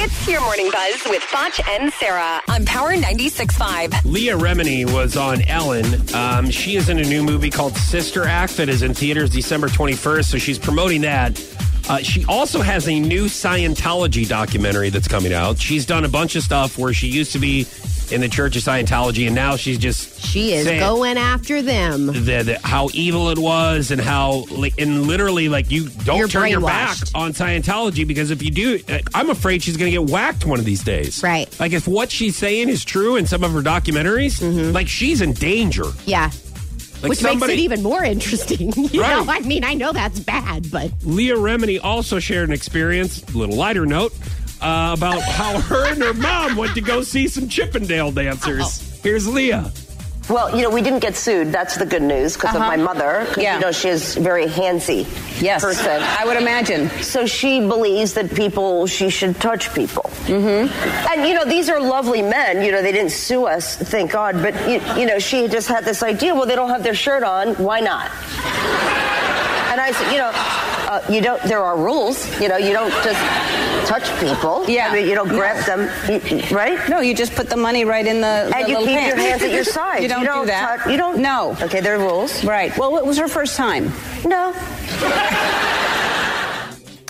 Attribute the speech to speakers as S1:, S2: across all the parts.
S1: It's your morning buzz with Foch and Sarah on Power 96.5.
S2: Leah Remini was on Ellen. Um, she is in a new movie called Sister Act that is in theaters December 21st, so she's promoting that. Uh, she also has a new Scientology documentary that's coming out. She's done a bunch of stuff where she used to be in the Church of Scientology, and now she's just
S3: She is
S2: saying
S3: going after them.
S2: the, the, how evil it was, and how like, and literally like you don't
S3: You're
S2: turn your back
S3: brainwashed.
S2: on Scientology because if you do, uh, I'm afraid she's going to get whacked one of these days.
S3: Right.
S2: Like if what she's saying is true in some of her documentaries, like she's in danger.
S3: Yeah.
S2: Like
S3: Mm-hmm. Which
S2: somebody,
S3: makes it even more interesting. You
S2: Right.
S3: know, I mean, I know that's bad, but
S2: Leah Remini also shared an experience, a little lighter note, uh, about how her and her mom went to go see some Chippendale dancers. Here's Leah.
S4: Well, you know, we didn't get sued. That's the good news because of my mother. 'cause,
S5: Uh-huh. Yeah.
S4: You know, she is a very handsy
S5: Yes.
S4: person.
S5: I would imagine.
S4: So she believes that people, she should touch people. Mm-hmm. And, you know, these are lovely men. You know, they didn't sue us, thank God. But, you, you know, she just had this idea well, they don't have their shirt on. Why not? And I said, you know, uh, you don't, there are rules. You know, you don't just touch people.
S5: Yeah.
S4: I mean, you don't grab them, you- you- right?
S5: No, you just put the money right in the,
S4: And
S5: the
S4: you
S5: little
S4: keep
S5: pan.
S4: your hands at your sides.
S5: you don't, do that.
S4: tou- you don't.
S5: No.
S4: Okay, there are rules.
S5: Right. Well, it was her first time.
S4: No.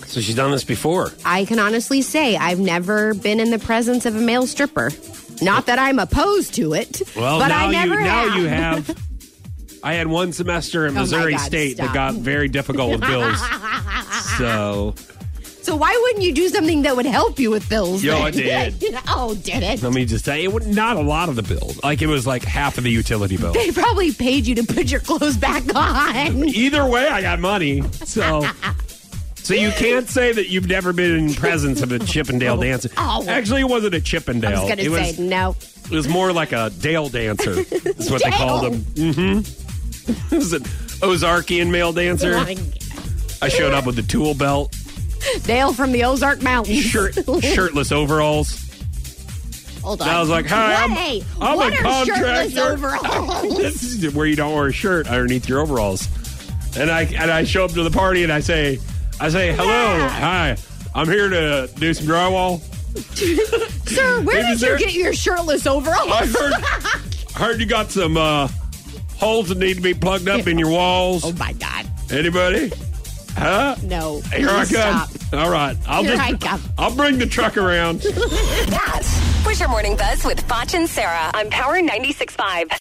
S2: So she's done this before.
S3: I can honestly say I've never been in the presence of a male stripper. Not that I'm opposed to it,
S2: Well,
S3: but
S2: now
S3: I never
S2: you now
S3: have. Oh
S2: you have. I had one semester in
S3: my
S2: Missouri
S3: God,
S2: State that
S3: stop.
S2: got very difficult with bills. so
S3: So why wouldn't you do something that would help you with bills?
S2: Yo, I
S3: then? oh, did it?
S2: let me just say it was not a lot of the bill. Like it was like half of the utility bill.
S3: They probably paid you to put your clothes back on.
S2: Either way, I got money. So. So you can't say that you've never been in presence of a Chippendale dancer.
S3: Oh.
S2: Actually, it wasn't a
S3: I
S2: Chippendale.
S3: was going
S2: it
S3: to
S2: was
S3: say no.
S2: It was more like a Dale dancer, is what they called him. Mm hmm. It was an Ozarkian male
S3: Oh
S2: dancer. I showed up with the tool belt,
S3: Dale from the Ozark Mountains.
S2: shirt, shirtless overalls.
S3: Hold on.
S2: And I was like, hi, I'm,
S3: Hey,
S2: I'm
S3: what
S2: a
S3: are shirtless
S2: contractor.
S3: overalls?
S2: this is where you don't wear a shirt underneath your overalls. And I and I show up to the party and I say, I say, hello,
S3: Yeah.
S2: hi, I'm here to do some drywall.
S3: Sir, where
S2: Maybe
S3: did
S2: there-
S3: you get your shirtless overalls?
S2: I heard, I heard you got some uh, holes that need to be plugged up in your walls.
S3: oh my god.
S2: Anybody? Huh?
S3: No.
S2: Here I
S3: Please
S2: come.
S3: Stop.
S2: All right. I'll
S3: Here
S2: just,
S3: I come.
S2: I'll bring the truck around.
S1: That was your morning buzz with Foch and Sarah on Power 96.5.